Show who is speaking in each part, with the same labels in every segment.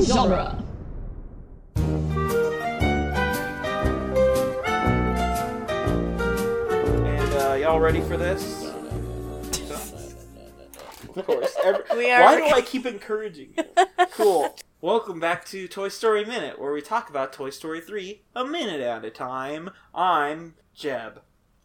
Speaker 1: genre.
Speaker 2: And uh, y'all ready for this? Of course. Every-
Speaker 3: We are-
Speaker 2: Why do I keep encouraging you? cool. Welcome back to Toy Story Minute, where we talk about Toy Story 3 a minute at a time. I'm Jeb.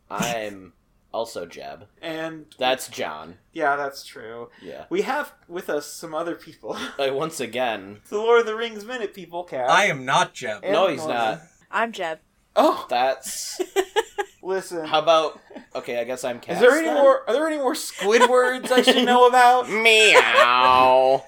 Speaker 4: I'm also Jeb.
Speaker 2: And
Speaker 4: That's John.
Speaker 2: yeah, that's true.
Speaker 4: Yeah.
Speaker 2: We have with us some other people.
Speaker 4: Uh, once again,
Speaker 2: the Lord of the Rings Minute people, Cat.
Speaker 5: I am not Jeb.
Speaker 2: And
Speaker 4: no, he's
Speaker 2: Norman.
Speaker 4: not.
Speaker 3: I'm Jeb.
Speaker 2: Oh,
Speaker 4: That's
Speaker 2: listen.
Speaker 4: how about? Okay, I guess I'm. Cass
Speaker 2: Is there any
Speaker 4: then?
Speaker 2: more? Are there any more Squidwards I should know about?
Speaker 4: Meow.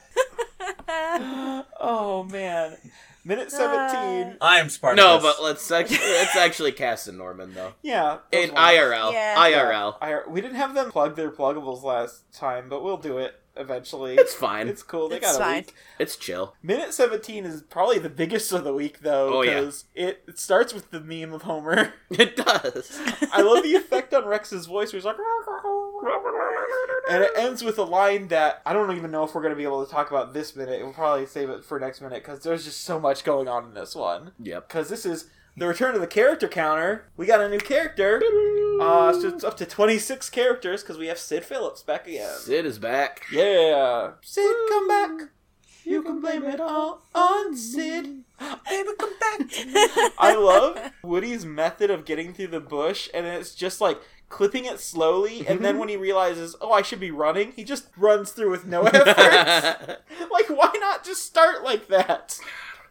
Speaker 2: Oh man, minute seventeen.
Speaker 5: I am Spartacus.
Speaker 4: no, but let's actually, let's actually cast a Norman though.
Speaker 2: Yeah, those
Speaker 4: In
Speaker 2: ones.
Speaker 4: IRL,
Speaker 3: Yeah.
Speaker 4: IRL,
Speaker 2: I- we didn't have them plug their pluggables last time, but we'll do it eventually.
Speaker 4: it's fine.
Speaker 2: It's cool. They
Speaker 3: It's
Speaker 2: got a
Speaker 3: fine.
Speaker 2: week.
Speaker 4: It's chill.
Speaker 2: Minute seventeen is probably the biggest of the week, though,
Speaker 4: Oh, yeah.
Speaker 2: it, it starts with the meme of Homer.
Speaker 4: It does.
Speaker 2: I love the effect on Rex's voice. Where he's like, and it ends with a line that I don't even know if we're going to be able to talk about this minute. We'll probably save it for next minute because there's just so much going on in this one.
Speaker 4: yep.
Speaker 2: Because this is the return of the character counter. We got a new character. Uh, so it's up to 26 characters because we have Sid Phillips back again.
Speaker 4: Sid is back.
Speaker 2: Yeah. Sid, come back. You can blame it all on Sid. Baby, come back. I love Woody's method of getting through the bush, and it's just like clipping it slowly, and then when he realizes, oh, I should be running, he just runs through with no effort. like, why not just start like that?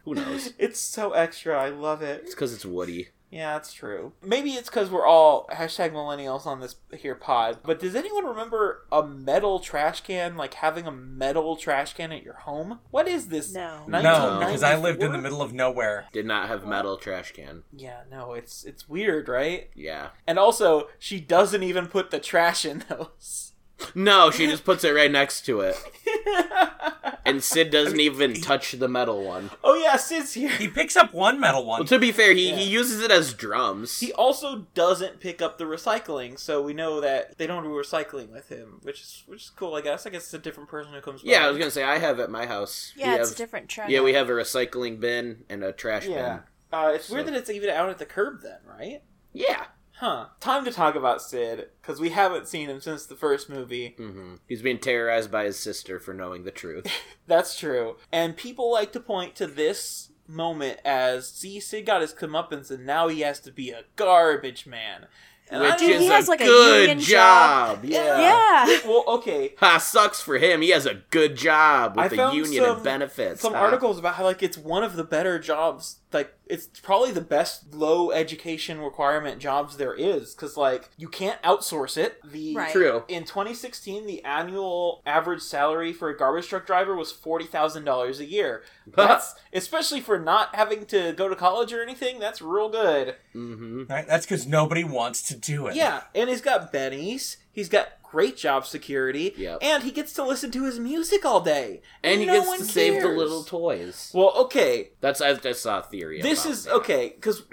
Speaker 4: Who knows?
Speaker 2: It's so extra. I love it.
Speaker 4: It's because it's Woody.
Speaker 2: Yeah, that's true. Maybe it's because we're all hashtag millennials on this here pod. But does anyone remember a metal trash can, like having a metal trash can at your home? What is this?
Speaker 3: No.
Speaker 5: no, because I lived in the
Speaker 2: 1994?
Speaker 5: middle of nowhere.
Speaker 4: Did not have metal trash can.
Speaker 2: Yeah, no, it's it's weird, right?
Speaker 4: Yeah.
Speaker 2: And also, she doesn't even put the trash in those.
Speaker 4: No, she just puts it right next to it, and Sid doesn't even touch the metal one.
Speaker 2: oh yeah, Sid's here.
Speaker 5: He picks up one metal
Speaker 4: Well,
Speaker 5: one.
Speaker 4: to be fair, he,
Speaker 2: Um, Yeah.
Speaker 4: he uses it as drums.
Speaker 2: He also doesn't pick up the recycling, so we know that they don't do recycling with him, which is which is cool. I guess. I guess it's a different person who comes.
Speaker 4: yeah,
Speaker 2: by.
Speaker 4: I was gonna say I have at my house.
Speaker 3: Yeah,
Speaker 4: we
Speaker 3: it's
Speaker 4: have,
Speaker 3: a different trend.
Speaker 4: Yeah, we have a recycling bin and a trash
Speaker 2: Yeah.
Speaker 4: bin.
Speaker 2: Uh, it's weird
Speaker 4: So-
Speaker 2: that it's even out at the curb then, right?
Speaker 4: Yeah.
Speaker 2: Huh. Time to talk about Sid, because we haven't seen him since the first movie.
Speaker 4: hmm He's being terrorized by his sister for knowing the truth.
Speaker 2: That's true. And people like to point to this moment as see, Sid got his comeuppance and now he has to be a garbage man. And I
Speaker 4: Which
Speaker 2: don't-
Speaker 3: Dude,
Speaker 4: is
Speaker 3: he has,
Speaker 4: a
Speaker 3: like, a
Speaker 4: good
Speaker 3: union
Speaker 4: job.
Speaker 3: job.
Speaker 4: Yeah.
Speaker 3: Yeah.
Speaker 2: Well, okay.
Speaker 4: Ha, sucks for him. He has a good job
Speaker 2: I
Speaker 4: with the
Speaker 2: found
Speaker 4: union
Speaker 2: some-
Speaker 4: and benefits. Ah,
Speaker 2: Some
Speaker 4: huh?
Speaker 2: articles about how like it's one of the better jobs. Like it's probably the best low education requirement jobs there is because like you can't outsource it. The
Speaker 3: Right.
Speaker 4: True.
Speaker 2: In 2016, the annual average salary for a garbage truck driver was forty thousand dollars a year. That's especially for not having to go to college or anything. That's real good.
Speaker 4: hmm
Speaker 5: Right? That's because nobody wants to do it.
Speaker 2: Yeah, and he's got bennies. He's got great job security.
Speaker 4: Yep.
Speaker 2: and he gets to listen to his music all day.
Speaker 4: And he
Speaker 2: no
Speaker 4: gets
Speaker 2: one
Speaker 4: to save the
Speaker 2: cares.
Speaker 4: little toys.
Speaker 2: Well, okay.
Speaker 4: That's I just saw a theory.
Speaker 2: This
Speaker 4: about
Speaker 2: is
Speaker 4: that. Mm-hmm.
Speaker 2: okay because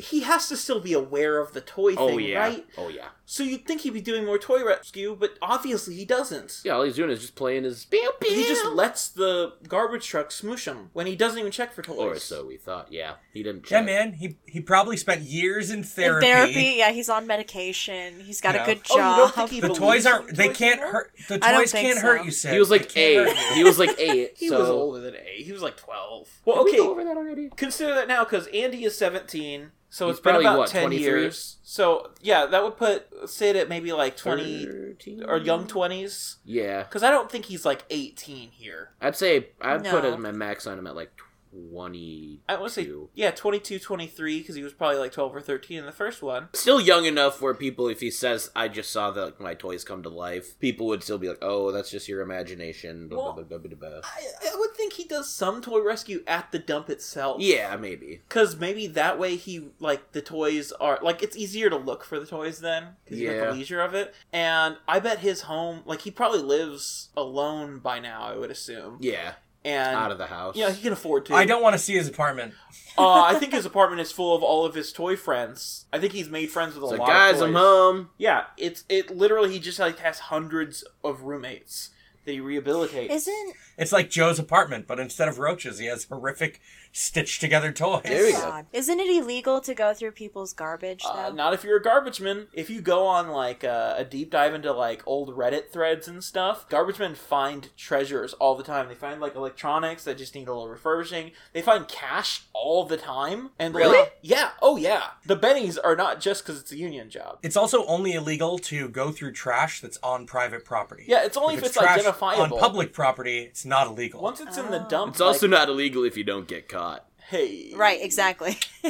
Speaker 2: he has to still be aware of the toy thing,
Speaker 4: Oh yeah.
Speaker 2: right?
Speaker 4: Oh yeah.
Speaker 2: So you'd think he'd be doing more toy rescue, but obviously he doesn't.
Speaker 4: Yeah, all he's doing is just playing his. Pew, pew.
Speaker 2: He just lets the garbage truck smoosh him when he doesn't even check for toys.
Speaker 4: Or so we thought. Yeah, he didn't.
Speaker 5: Yeah,
Speaker 4: Check.
Speaker 5: man. He he probably spent years in
Speaker 3: In
Speaker 5: therapy.
Speaker 3: therapy, yeah, he's on medication. He's got
Speaker 5: Yeah.
Speaker 3: a good
Speaker 2: Oh, you don't
Speaker 3: job.
Speaker 2: think he
Speaker 5: The
Speaker 2: believes
Speaker 5: toys
Speaker 2: in
Speaker 5: aren't. They
Speaker 2: toys
Speaker 5: can't
Speaker 2: anymore?
Speaker 5: hurt. The
Speaker 3: I don't
Speaker 5: toys
Speaker 3: think
Speaker 5: can't
Speaker 3: so.
Speaker 5: hurt you. Sid.
Speaker 4: He was like
Speaker 5: They can't
Speaker 4: eight.
Speaker 5: hurt you.
Speaker 4: He was like eight.
Speaker 2: He
Speaker 4: so
Speaker 2: was older than eight. He was like twelve. Well,
Speaker 4: Did we
Speaker 2: okay.
Speaker 4: go over that already?
Speaker 2: Consider that now because Andy is seventeen, so
Speaker 4: He's
Speaker 2: it's been
Speaker 4: probably,
Speaker 2: about
Speaker 4: what,
Speaker 2: ten
Speaker 4: 23?
Speaker 2: years. So yeah, that would put Sid at maybe like twenty
Speaker 4: 13?
Speaker 2: or young twenties.
Speaker 4: Yeah,
Speaker 2: Because I don't think he's like eighteen here.
Speaker 4: I'd say I'd
Speaker 3: No.
Speaker 4: put him my max on him at like twenty.
Speaker 2: I want to say
Speaker 4: Two.
Speaker 2: yeah, 22, 23, because he was probably like twelve or thirteen in the first one.
Speaker 4: Still young enough where people, if he says, "I just saw that like, my toys come to life," people would still be like, "Oh, that's just your imagination." Blah, blah,
Speaker 2: Well-
Speaker 4: blah, blah, blah, blah.
Speaker 2: I, I would think he does some toy rescue at the dump itself.
Speaker 4: Yeah, maybe.
Speaker 2: Because maybe that way he, like, the toys are, like, it's easier to look for the toys then, because you have
Speaker 4: Yeah.
Speaker 2: the leisure of it. And I bet his home, like, he probably lives alone by now, I would assume.
Speaker 4: Yeah,
Speaker 2: And,
Speaker 4: out of the house.
Speaker 2: yeah, he can afford to.
Speaker 5: I don't want to see his apartment.
Speaker 2: uh, I think his apartment is full of all of his toy friends. I think he's made friends with a
Speaker 4: It's like,
Speaker 2: lot
Speaker 4: guys,
Speaker 2: of toys.
Speaker 4: I'm home.
Speaker 2: Yeah, it's, it literally, he just, like, has hundreds of roommates. They rehabilitate.
Speaker 3: Isn't
Speaker 5: It's like Joe's apartment, but instead of roaches, he has horrific stitched together toys.
Speaker 4: There we go.
Speaker 3: God, isn't it illegal to go through people's garbage though?
Speaker 2: Uh, not if you're a garbage man. If you go on like uh, a deep dive into like old Reddit threads and stuff, garbage men find treasures all the time. They find like electronics that just need a little refurbishing. They find cash all the time. And like,
Speaker 4: Really?
Speaker 2: yeah, oh yeah. The bennies are not just because it's a union job.
Speaker 5: It's also only illegal to go through trash that's on private property.
Speaker 2: Yeah, it's only if, it's,
Speaker 5: trash
Speaker 2: identifiable.
Speaker 5: on public property, it's not illegal.
Speaker 2: Once it's in the dump,
Speaker 4: It's also
Speaker 2: like,
Speaker 4: not illegal if you don't get caught.
Speaker 2: hey,
Speaker 3: Right, exactly.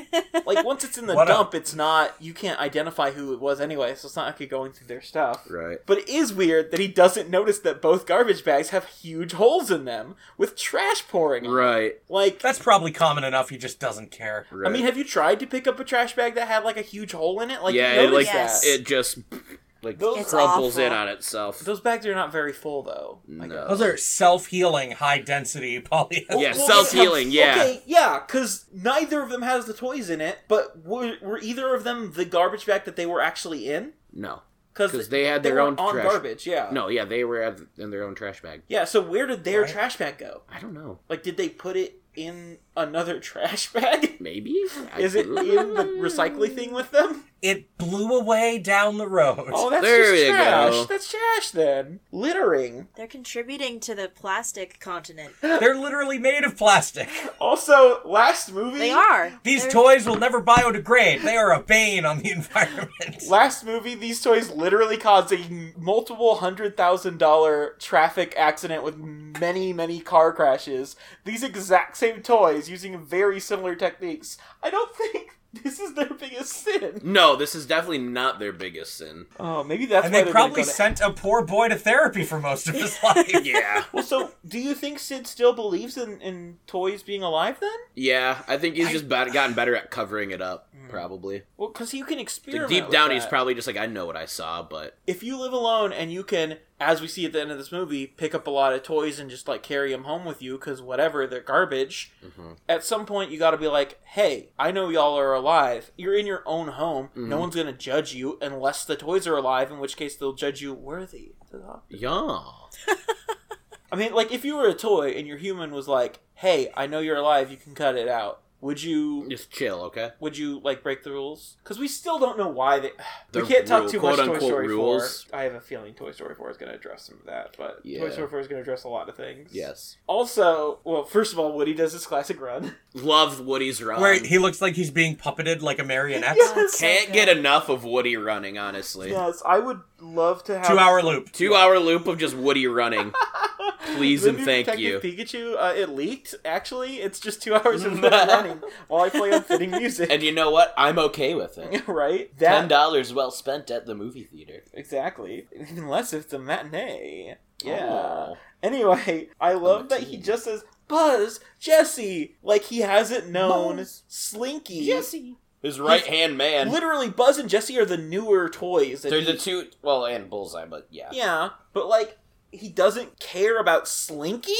Speaker 2: Like once it's in the
Speaker 5: What a-
Speaker 2: dump, it's not. You can't identify who it was anyway, so it's not like you're going through their stuff.
Speaker 4: Right.
Speaker 2: But it is weird that he doesn't notice that both garbage bags have huge holes in them with trash pouring. out.
Speaker 4: Right.
Speaker 2: Like,
Speaker 5: That's probably common enough. He just doesn't care.
Speaker 4: Right.
Speaker 2: I mean, have you tried to pick up a trash bag that had like a huge hole in it? Like,
Speaker 4: yeah,
Speaker 2: you
Speaker 4: it,
Speaker 2: notice
Speaker 4: like
Speaker 3: Yes.
Speaker 2: that.
Speaker 4: it just like
Speaker 2: Those-
Speaker 3: It's
Speaker 4: crumples
Speaker 3: awful.
Speaker 4: in on itself.
Speaker 2: Those bags are not very full though. I
Speaker 4: No.
Speaker 2: guess.
Speaker 5: Those are self healing, high density polyester.
Speaker 4: Yeah, self-healing, yeah.
Speaker 2: Okay, yeah, because neither of them has the toys in it, but were, were either of them the garbage bag that they were actually in?
Speaker 4: no,
Speaker 2: Because
Speaker 4: because they had their
Speaker 2: were
Speaker 4: own
Speaker 2: on
Speaker 4: trash.
Speaker 2: garbage, yeah.
Speaker 4: No, yeah, they were at- in their own trash bag.
Speaker 2: Yeah, so where did their
Speaker 5: Right.
Speaker 2: trash bag go?
Speaker 4: I don't know.
Speaker 2: Like, did they put it in another trash bag?
Speaker 4: Maybe I-
Speaker 2: Is it in the recycling thing with them?
Speaker 5: It blew away down the road.
Speaker 2: Oh, that's
Speaker 4: There
Speaker 2: just
Speaker 4: you
Speaker 2: trash.
Speaker 4: go.
Speaker 2: That's trash then. Littering.
Speaker 3: They're contributing to the plastic continent.
Speaker 5: They're literally made of plastic.
Speaker 2: Also, last movie.
Speaker 3: They are.
Speaker 5: These
Speaker 3: They're-
Speaker 5: toys will never biodegrade. They are a bane on the environment.
Speaker 2: Last movie, these toys literally caused a multiple hundred thousand dollar traffic accident with many, many car crashes. These exact same toys using very similar techniques. I don't think this is their biggest sin.
Speaker 4: No, this is definitely not their biggest sin.
Speaker 2: Oh, maybe that's
Speaker 5: and
Speaker 2: why
Speaker 5: they
Speaker 2: they're
Speaker 5: probably
Speaker 2: gonna go to-
Speaker 5: sent a poor boy to therapy for most of his life.
Speaker 4: Yeah,
Speaker 2: Well, so do you think Sid still believes in, in toys being alive then?
Speaker 4: yeah. I think he's just bad, gotten better at covering it up. Probably.
Speaker 2: Well, because you can
Speaker 4: Like,
Speaker 2: experiment.
Speaker 4: deep
Speaker 2: Mm. with
Speaker 4: down,
Speaker 2: that.
Speaker 4: he's probably just like, I know what I saw, but
Speaker 2: If you live alone and you can, as we see at the end of this movie, pick up a lot of toys and just like carry them home with you because whatever they're garbage. At some point, you got to be like, "Hey, I know y'all are alive. You're in your own home. No one's gonna judge you unless the toys are alive, in which case they'll judge you worthy." Ta-da.
Speaker 4: yeah,
Speaker 2: I mean, like if you were a toy and your human was like, "Hey, I know you're alive. You can cut it out." Would you
Speaker 4: just chill, okay?
Speaker 2: would you like break the rules? Because we still don't know why they.
Speaker 4: The
Speaker 2: we can't talk
Speaker 4: rule-
Speaker 2: too much Toy
Speaker 4: quote-unquote
Speaker 2: Story
Speaker 4: rules.
Speaker 2: 4. I have a feeling Toy Story 4 is going to address some of that, but Toy
Speaker 4: Yeah.
Speaker 2: Story 4 is going to address a lot of things.
Speaker 4: Yes.
Speaker 2: Also, well, first of all, Woody does his classic run.
Speaker 4: Love Woody's run.
Speaker 5: Where he looks like he's being puppeted like a marionette.
Speaker 2: yes.
Speaker 4: Can't get enough of Woody running, honestly.
Speaker 2: Yes, I would love to have
Speaker 5: Two hour loop.
Speaker 4: Two hour loop of just Woody running. Please
Speaker 2: The
Speaker 4: and
Speaker 2: new
Speaker 4: thank you.
Speaker 2: Detective Pikachu. Uh, it leaked. Actually, it's just two hours of Woody running while I play unfitting music.
Speaker 4: And you know what? I'm okay with it.
Speaker 2: right?
Speaker 4: Ten
Speaker 2: That
Speaker 4: dollars well spent at the movie theater.
Speaker 2: exactly. Unless it's a matinee. Yeah.
Speaker 4: Oh.
Speaker 2: Anyway, I love
Speaker 4: a
Speaker 2: that he
Speaker 4: teen.
Speaker 2: just says Buzz, Jesse, like he hasn't known Slinky.
Speaker 4: His right hand man.
Speaker 2: Literally, Buzz and Jesse are the newer toys. that
Speaker 4: They're
Speaker 2: he-
Speaker 4: the two. Well, and Bullseye, but yeah.
Speaker 2: Yeah, but like he doesn't care about Slinky.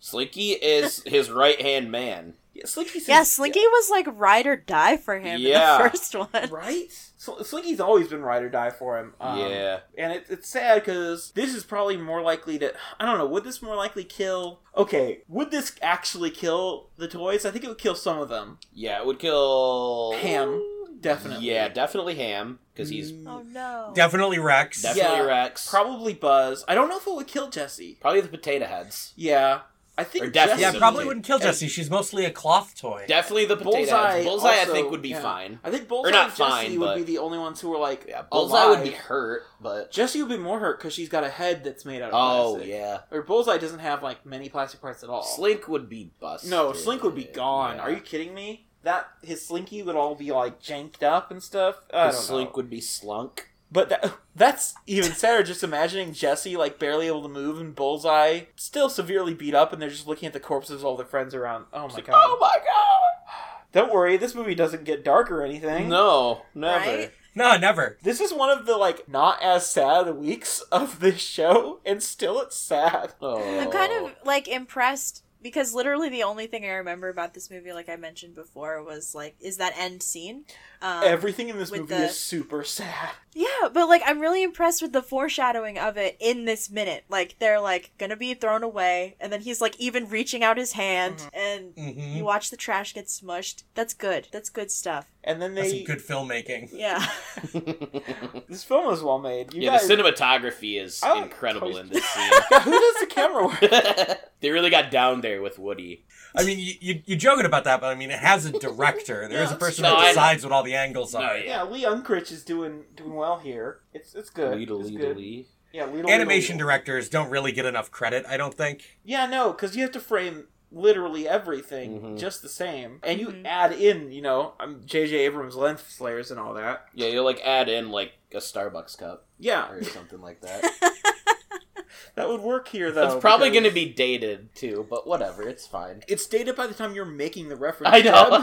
Speaker 4: Slinky is his right hand man.
Speaker 2: Yeah, Slinky. says-
Speaker 3: Yeah, Slinky was like ride or die for him
Speaker 4: Yeah.
Speaker 3: in the first one.
Speaker 2: Right? Sl- Slinky's always been ride or die for him. Um,
Speaker 4: yeah.
Speaker 2: And it, it's sad because this is probably more likely to. I don't know. Would this more likely kill? Okay. Would this actually kill the toys? I think it would kill some of them.
Speaker 4: Yeah, it would kill.
Speaker 2: Ham, definitely.
Speaker 4: Oh,
Speaker 2: Mm,
Speaker 4: Yeah, definitely Ham, because he's
Speaker 3: Oh
Speaker 5: Mm.
Speaker 3: no.
Speaker 5: Definitely Rex.
Speaker 4: definitely
Speaker 2: Yeah,
Speaker 4: Rex.
Speaker 2: Probably Buzz. I don't know if it would kill Jesse.
Speaker 4: probably the Potato Heads.
Speaker 2: Yeah, I think
Speaker 4: Or definitely
Speaker 5: yeah,
Speaker 2: Jesse-
Speaker 5: probably wouldn't kill Jessie. She's mostly a cloth toy.
Speaker 4: Definitely the Potato
Speaker 2: Bullseye.
Speaker 4: Heads. Bullseye,
Speaker 2: also-
Speaker 4: I think, would be
Speaker 2: yeah.
Speaker 4: fine.
Speaker 2: I think Bullseye
Speaker 4: not
Speaker 2: and Jesse
Speaker 4: fine,
Speaker 2: would
Speaker 4: but-
Speaker 2: be the only ones who were like
Speaker 4: Yeah, Bullseye would be
Speaker 2: alive.
Speaker 4: hurt, but
Speaker 2: Jesse would be more hurt because she's got a head that's made out of
Speaker 4: oh
Speaker 2: plastic.
Speaker 4: yeah,
Speaker 2: Or Bullseye doesn't have like many plastic parts at all.
Speaker 4: Slink would be busted.
Speaker 2: Oh. no, Slink would be gone.
Speaker 4: Yeah.
Speaker 2: Are you kidding me? That his Slinky would all be like janked up and stuff. I
Speaker 4: Because
Speaker 2: don't
Speaker 4: Slink
Speaker 2: know.
Speaker 4: would be slunk.
Speaker 2: But that, that's even sadder. Just imagining Jesse like barely able to move and Bullseye still severely beat up, and they're just looking at the corpses of all their friends around. Oh my god!
Speaker 4: Oh my god!
Speaker 2: Don't worry, this movie doesn't get dark or anything.
Speaker 4: No, never.
Speaker 3: Right?
Speaker 5: No, never.
Speaker 2: This is one of the like not as sad weeks of this show, and still it's sad.
Speaker 4: Oh,
Speaker 3: I'm kind of like impressed because literally the only thing I remember about this movie, like I mentioned before, was like is that end scene. Um,
Speaker 2: Everything in this
Speaker 3: with
Speaker 2: movie
Speaker 3: the-
Speaker 2: is super sad.
Speaker 3: yeah, but like I'm really impressed with the foreshadowing of it in this minute. Like they're like gonna be thrown away, and then he's like even reaching out his hand,
Speaker 2: Mm-hmm.
Speaker 3: and
Speaker 5: Mhm.
Speaker 3: you watch the trash get smushed. That's good. That's good stuff.
Speaker 2: And then
Speaker 5: That's some
Speaker 2: they
Speaker 5: good filmmaking.
Speaker 3: Yeah.
Speaker 2: this film was well made. You
Speaker 4: yeah,
Speaker 2: guys,
Speaker 4: the cinematography is
Speaker 2: I like
Speaker 4: incredible
Speaker 2: Toy-
Speaker 4: in this
Speaker 2: Yeah, who does the camera work?
Speaker 4: scene. they really got down there with Woody.
Speaker 5: I mean, you, you you joking about that, but I mean, it has a director. There is a
Speaker 2: Yeah,
Speaker 5: person
Speaker 4: no,
Speaker 5: that
Speaker 4: I-
Speaker 5: decides what all the angles
Speaker 4: No,
Speaker 5: are.
Speaker 4: yeah.
Speaker 2: Yeah, Lee Unkrich is doing doing well here. It's it's good. it's good. Yeah, Leedle,
Speaker 5: Animation
Speaker 2: Leedle.
Speaker 5: directors don't really get enough credit, I don't think.
Speaker 2: Yeah, no, because you have to frame literally everything
Speaker 4: Mhm.
Speaker 2: just the same, and you
Speaker 4: Mm-hmm.
Speaker 3: Mhm.
Speaker 2: add in, you know, um, J.J. Abrams' length slayers and all that.
Speaker 4: Yeah, you'll like add in like a Starbucks cup
Speaker 2: Yeah,
Speaker 4: or something like that.
Speaker 2: that would work here though.
Speaker 4: That's probably
Speaker 2: because
Speaker 4: going to be dated too, but whatever, it's fine.
Speaker 2: It's dated by the time you're making the reference.
Speaker 4: I
Speaker 2: Deb.
Speaker 4: know.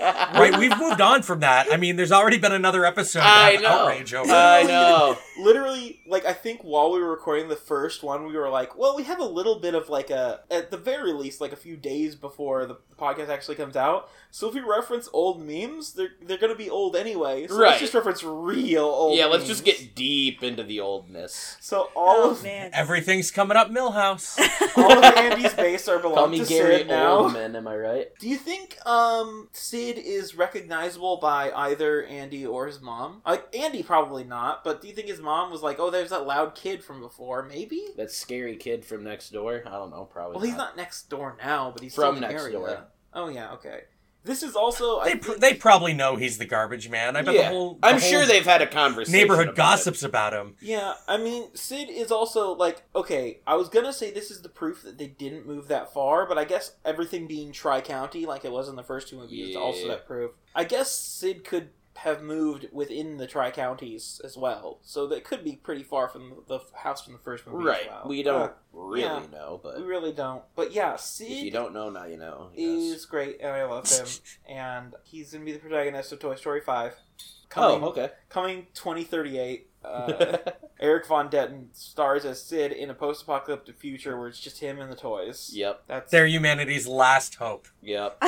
Speaker 5: Right, we've moved on from that. I mean, there's already been another episode
Speaker 4: I
Speaker 5: of
Speaker 4: know. Uh,
Speaker 5: outrage over.
Speaker 4: I know.
Speaker 2: Literally, like I think while we were recording the first one, we were like, "Well, we have a little bit of like a, at the very least, like a few days before the podcast actually comes out. So if we reference old memes, they're they're gonna be old anyway. So
Speaker 4: Right.
Speaker 2: let's just reference real old.
Speaker 4: yeah, let's just
Speaker 2: memes.
Speaker 4: get deep into the oldness.
Speaker 2: So all
Speaker 3: oh
Speaker 2: of
Speaker 3: man.
Speaker 5: Everything's coming up, Millhouse.
Speaker 2: all of Andy's base are
Speaker 4: Call
Speaker 2: belong
Speaker 4: me
Speaker 2: to
Speaker 4: Gary
Speaker 2: Sid now.
Speaker 4: Oldman, am I right?
Speaker 2: Do you think um, Sid is recognizable by either Andy or his mom? Like Andy, probably not. But do you think his mom was like, "Oh, there's that loud kid from before"? Maybe.
Speaker 4: That scary kid from next door? I don't know, probably.
Speaker 2: Well, he's not next door now, but he's still
Speaker 4: From
Speaker 2: in the
Speaker 4: next
Speaker 2: area.
Speaker 4: door.
Speaker 2: Oh yeah, okay. This is also I
Speaker 5: They,
Speaker 2: think-
Speaker 5: pr- they probably know he's the garbage man. I bet
Speaker 4: Yeah.
Speaker 5: the whole the
Speaker 4: I'm
Speaker 5: whole
Speaker 4: sure they've had a conversation.
Speaker 5: neighborhood
Speaker 4: about
Speaker 5: gossips about him.
Speaker 2: yeah, I mean, Sid is also like okay. I was gonna say this is the proof that they didn't move that far, but I guess everything being tri-county like it was in the first two movies is also
Speaker 4: Yeah.
Speaker 2: that proof. I guess Sid could have moved within the tri-counties as well, so that could be pretty far from the house from the first
Speaker 4: it.
Speaker 2: movie. as
Speaker 4: Right.
Speaker 2: well.
Speaker 4: We don't
Speaker 2: Uh,
Speaker 4: really
Speaker 2: yeah.
Speaker 4: know,
Speaker 2: we
Speaker 4: but
Speaker 2: really don't. But yeah,
Speaker 4: if you
Speaker 2: Sid
Speaker 4: don't know, now you know.
Speaker 2: is
Speaker 4: Yes.
Speaker 2: great, and I love him, and he's gonna be the protagonist of Toy Story Five.
Speaker 4: Oh, okay.
Speaker 2: coming 2038 uh, eric von detten stars as sid in a post-apocalyptic future where it's just him and the toys
Speaker 4: yep,
Speaker 2: that's
Speaker 5: They're humanity's last hope.
Speaker 4: yep.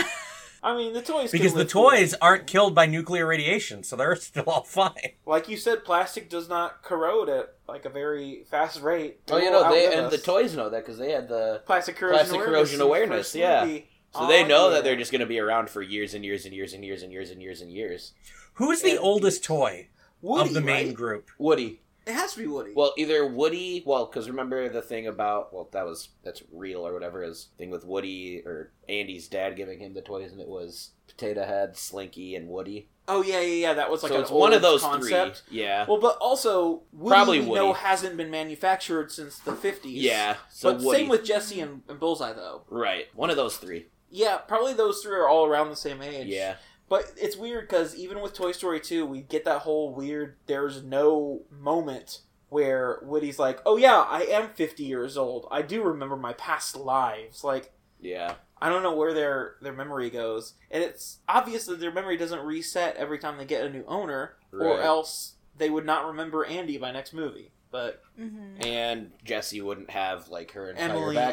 Speaker 2: i mean the toys can
Speaker 5: Because the
Speaker 2: live
Speaker 5: toys
Speaker 2: forever.
Speaker 5: aren't killed by nuclear radiation, so they're still all fine.
Speaker 2: like you said plastic does not corrode at like a very fast rate They
Speaker 4: Oh, you
Speaker 2: will
Speaker 4: know, they
Speaker 2: outlive
Speaker 4: and the
Speaker 2: us.
Speaker 4: toys know that because they had the.
Speaker 2: plastic corrosion
Speaker 4: Plastic corrosion
Speaker 2: awareness,
Speaker 4: awareness,
Speaker 2: is the first movie.
Speaker 4: So they
Speaker 2: Oh,
Speaker 4: know
Speaker 2: yeah.
Speaker 4: that they're just going to be around for years and years and years and years and years and years and years.
Speaker 5: Who's the
Speaker 2: And-
Speaker 5: oldest toy
Speaker 2: woody,
Speaker 5: of the main
Speaker 2: right?
Speaker 5: group?
Speaker 4: Woody.
Speaker 2: it has to be woody
Speaker 4: Well, either Woody. Well, because remember the thing about well, that was that's real or whatever is thing with Woody or Andy's dad giving him the toys, and it was Potato Head, Slinky, and Woody.
Speaker 2: oh yeah yeah yeah that was like
Speaker 4: so
Speaker 2: an
Speaker 4: it's one of
Speaker 2: old
Speaker 4: those
Speaker 2: concept
Speaker 4: three. Yeah,
Speaker 2: well but also woody
Speaker 4: Probably
Speaker 2: we
Speaker 4: Woody.
Speaker 2: know hasn't been manufactured since the 50s
Speaker 4: yeah. So
Speaker 2: but
Speaker 4: Woody.
Speaker 2: same with Jesse and, and Bullseye though.
Speaker 4: right. One of those three.
Speaker 2: Yeah, probably those three are all around the same age.
Speaker 4: Yeah.
Speaker 2: but it's weird because even with Toy Story two, we get that whole weird. There's no moment where Woody's like, "Oh yeah, I am fifty years old. I do remember my past lives." Like
Speaker 4: Yeah.
Speaker 2: I don't know where their their memory goes, and it's obvious that their memory doesn't reset every time they get a new owner, or
Speaker 4: Right.
Speaker 2: else they would not remember Andy by next movie. But
Speaker 3: hmm
Speaker 4: And Jesse wouldn't have like her entire
Speaker 2: Emily, yeah.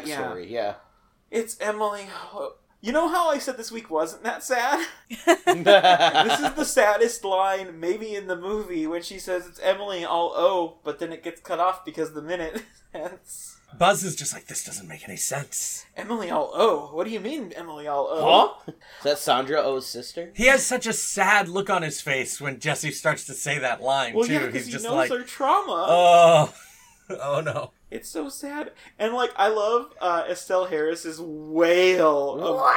Speaker 4: backstory. Yeah.
Speaker 2: it's Emily. You know how I said this week wasn't that sad? this is the saddest line maybe in the movie when she says it's Emily all oh, but then it gets cut off because the minute ends.
Speaker 5: Buzz is just like, this doesn't make any sense.
Speaker 2: Emily all oh. What do you mean Emily all oh?
Speaker 4: Huh? Is that Sandra O's sister?
Speaker 5: He has such a sad look on his face when Jesse starts to say that line,
Speaker 2: Well,
Speaker 5: too.
Speaker 2: yeah, because
Speaker 5: He's
Speaker 2: he
Speaker 5: just
Speaker 2: knows
Speaker 5: like,
Speaker 2: her trauma.
Speaker 5: oh, oh no.
Speaker 2: It's so sad. And like I love uh, Estelle Harris's wail of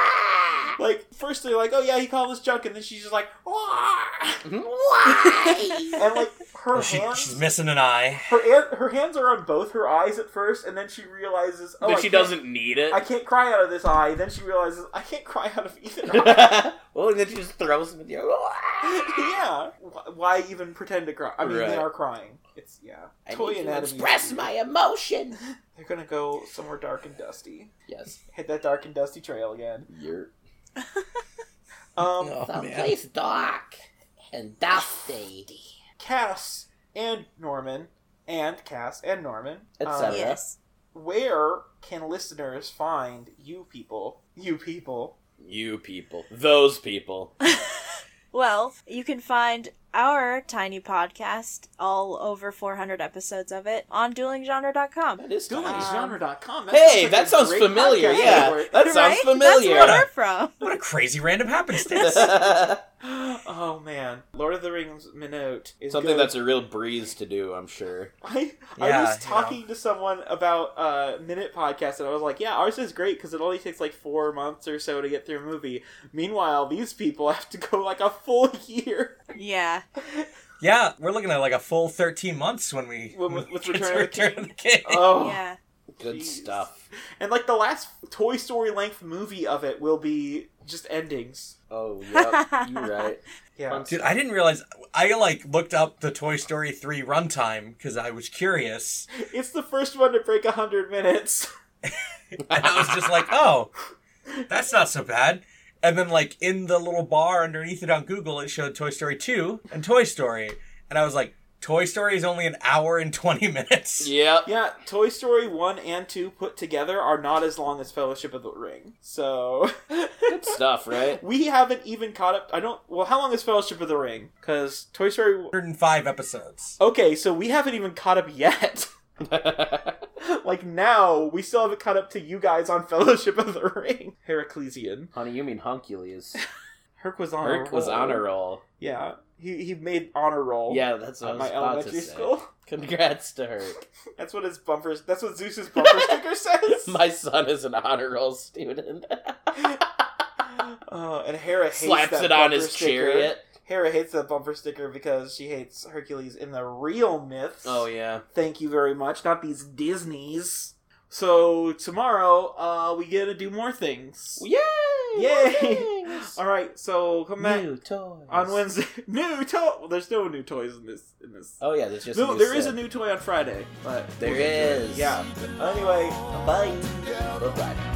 Speaker 2: like first they're like, oh yeah, he called us junk, and then she's just like, "Wah!"
Speaker 4: Mm-hmm.
Speaker 2: and like her
Speaker 5: Or she,
Speaker 2: hands.
Speaker 5: she's missing an eye.
Speaker 2: her, air- her hands are on both her eyes at first, and then she realizes, oh,
Speaker 4: but
Speaker 2: I
Speaker 4: she
Speaker 2: can't-
Speaker 4: doesn't need it.
Speaker 2: I can't cry out of this eye. Then she realizes I can't cry out of either. eye.
Speaker 4: well, and then she just throws him in the air.
Speaker 2: yeah. Wh- Why even pretend to cry? I mean, they
Speaker 4: Right.
Speaker 2: are crying. It's yeah.
Speaker 4: I
Speaker 2: Toy
Speaker 4: need to
Speaker 2: anatomy.
Speaker 4: express my emotion.
Speaker 2: They're gonna go somewhere dark and dusty.
Speaker 4: Yes,
Speaker 2: Hit that dark and dusty trail again.
Speaker 4: you're
Speaker 2: Um,
Speaker 5: Oh, man.
Speaker 4: someplace dark and dusty.
Speaker 2: Cass and Norman, and Cass and Norman,
Speaker 4: Et
Speaker 2: um,
Speaker 4: cetera.
Speaker 3: Yes.
Speaker 2: where can listeners find you people? You people.
Speaker 4: You people. Those people.
Speaker 3: Well, you can find our tiny podcast, all over 400 episodes of it, on duelinggenre.com.
Speaker 4: That is
Speaker 2: Um,
Speaker 4: nice.
Speaker 2: DuelingGenre.com.
Speaker 4: Hey, that sounds familiar. Yeah, that sounds
Speaker 3: right? That's where
Speaker 4: familiar.
Speaker 3: we're from.
Speaker 5: What a crazy random happenstance.
Speaker 2: oh man, Lord of the Rings Minot is
Speaker 4: Something
Speaker 2: good.
Speaker 4: that's a real breeze to do, I'm sure.
Speaker 2: I, I
Speaker 5: Yeah,
Speaker 2: was
Speaker 5: you know.
Speaker 2: talking to someone about uh, Minute Podcast, and I was like, yeah, ours is great because it only takes like four months or so to get through a movie. Meanwhile, these people have to go like a full year
Speaker 3: Yeah.
Speaker 5: yeah, we're looking at like a full 13 months when we
Speaker 2: with, with, with
Speaker 5: it's
Speaker 2: Return of the King.
Speaker 5: the King.
Speaker 2: Oh,
Speaker 3: Yeah.
Speaker 4: Good
Speaker 2: Jeez.
Speaker 4: stuff.
Speaker 2: and like the last Toy Story length movie of it will be just endings.
Speaker 4: Oh, yep, you're right.
Speaker 2: Yeah,
Speaker 4: Fun-
Speaker 5: Dude, I didn't realize. I like looked up the Toy Story 3 runtime because I was curious.
Speaker 2: it's the first one to break hundred minutes.
Speaker 5: And I was just like, oh, that's not so bad. And then, like, in the little bar underneath it on Google, it showed Toy Story 2 and Toy Story. And I was like, Toy Story is only an hour and 20 minutes.
Speaker 4: Yep.
Speaker 2: Yeah, Toy Story 1 and 2 put together are not as long as Fellowship of the Ring. So,
Speaker 4: Good stuff, right?
Speaker 2: we haven't even caught up. I don't. Well, how long is Fellowship of the Ring? Because Toy Story.
Speaker 5: 105 episodes.
Speaker 2: Okay, so we haven't even caught up yet. like, now, we still haven't caught up to you guys on Fellowship of the Ring. Heraclesian.
Speaker 4: Honey, you mean Oh. Hunculus.
Speaker 2: Herc was on
Speaker 4: Herc
Speaker 2: a
Speaker 4: was
Speaker 2: roll.
Speaker 4: on a roll.
Speaker 2: Yeah, he, he made honor roll.
Speaker 4: Yeah, that's what I
Speaker 2: At
Speaker 4: was
Speaker 2: my
Speaker 4: about
Speaker 2: elementary
Speaker 4: to say.
Speaker 2: school.
Speaker 4: Congrats to Herc.
Speaker 2: That's what his bumpers. That's what Zeus's bumper sticker says.
Speaker 4: My son is an honor roll student.
Speaker 2: Oh, and Hera hates
Speaker 4: Slaps
Speaker 2: that
Speaker 4: it on
Speaker 2: bumper
Speaker 4: his
Speaker 2: sticker.
Speaker 4: chariot.
Speaker 2: Hera hates that bumper sticker because she hates Hercules in the real myths.
Speaker 4: Oh yeah.
Speaker 2: Thank you very much. Not these Disneys. So tomorrow, uh, we get to do more things.
Speaker 4: Yay!
Speaker 2: Yay!
Speaker 4: things!
Speaker 2: All right. So come back
Speaker 4: New toys.
Speaker 2: on Wednesday. new toy. Well, there's no new toys in this. In this.
Speaker 4: Oh yeah, there's just
Speaker 2: no,
Speaker 4: a new
Speaker 2: there is
Speaker 4: set.
Speaker 2: a new toy on Friday, but
Speaker 4: There
Speaker 2: we'll get to it.
Speaker 4: is.
Speaker 2: Yeah. Anyway,
Speaker 4: Bye. Bye.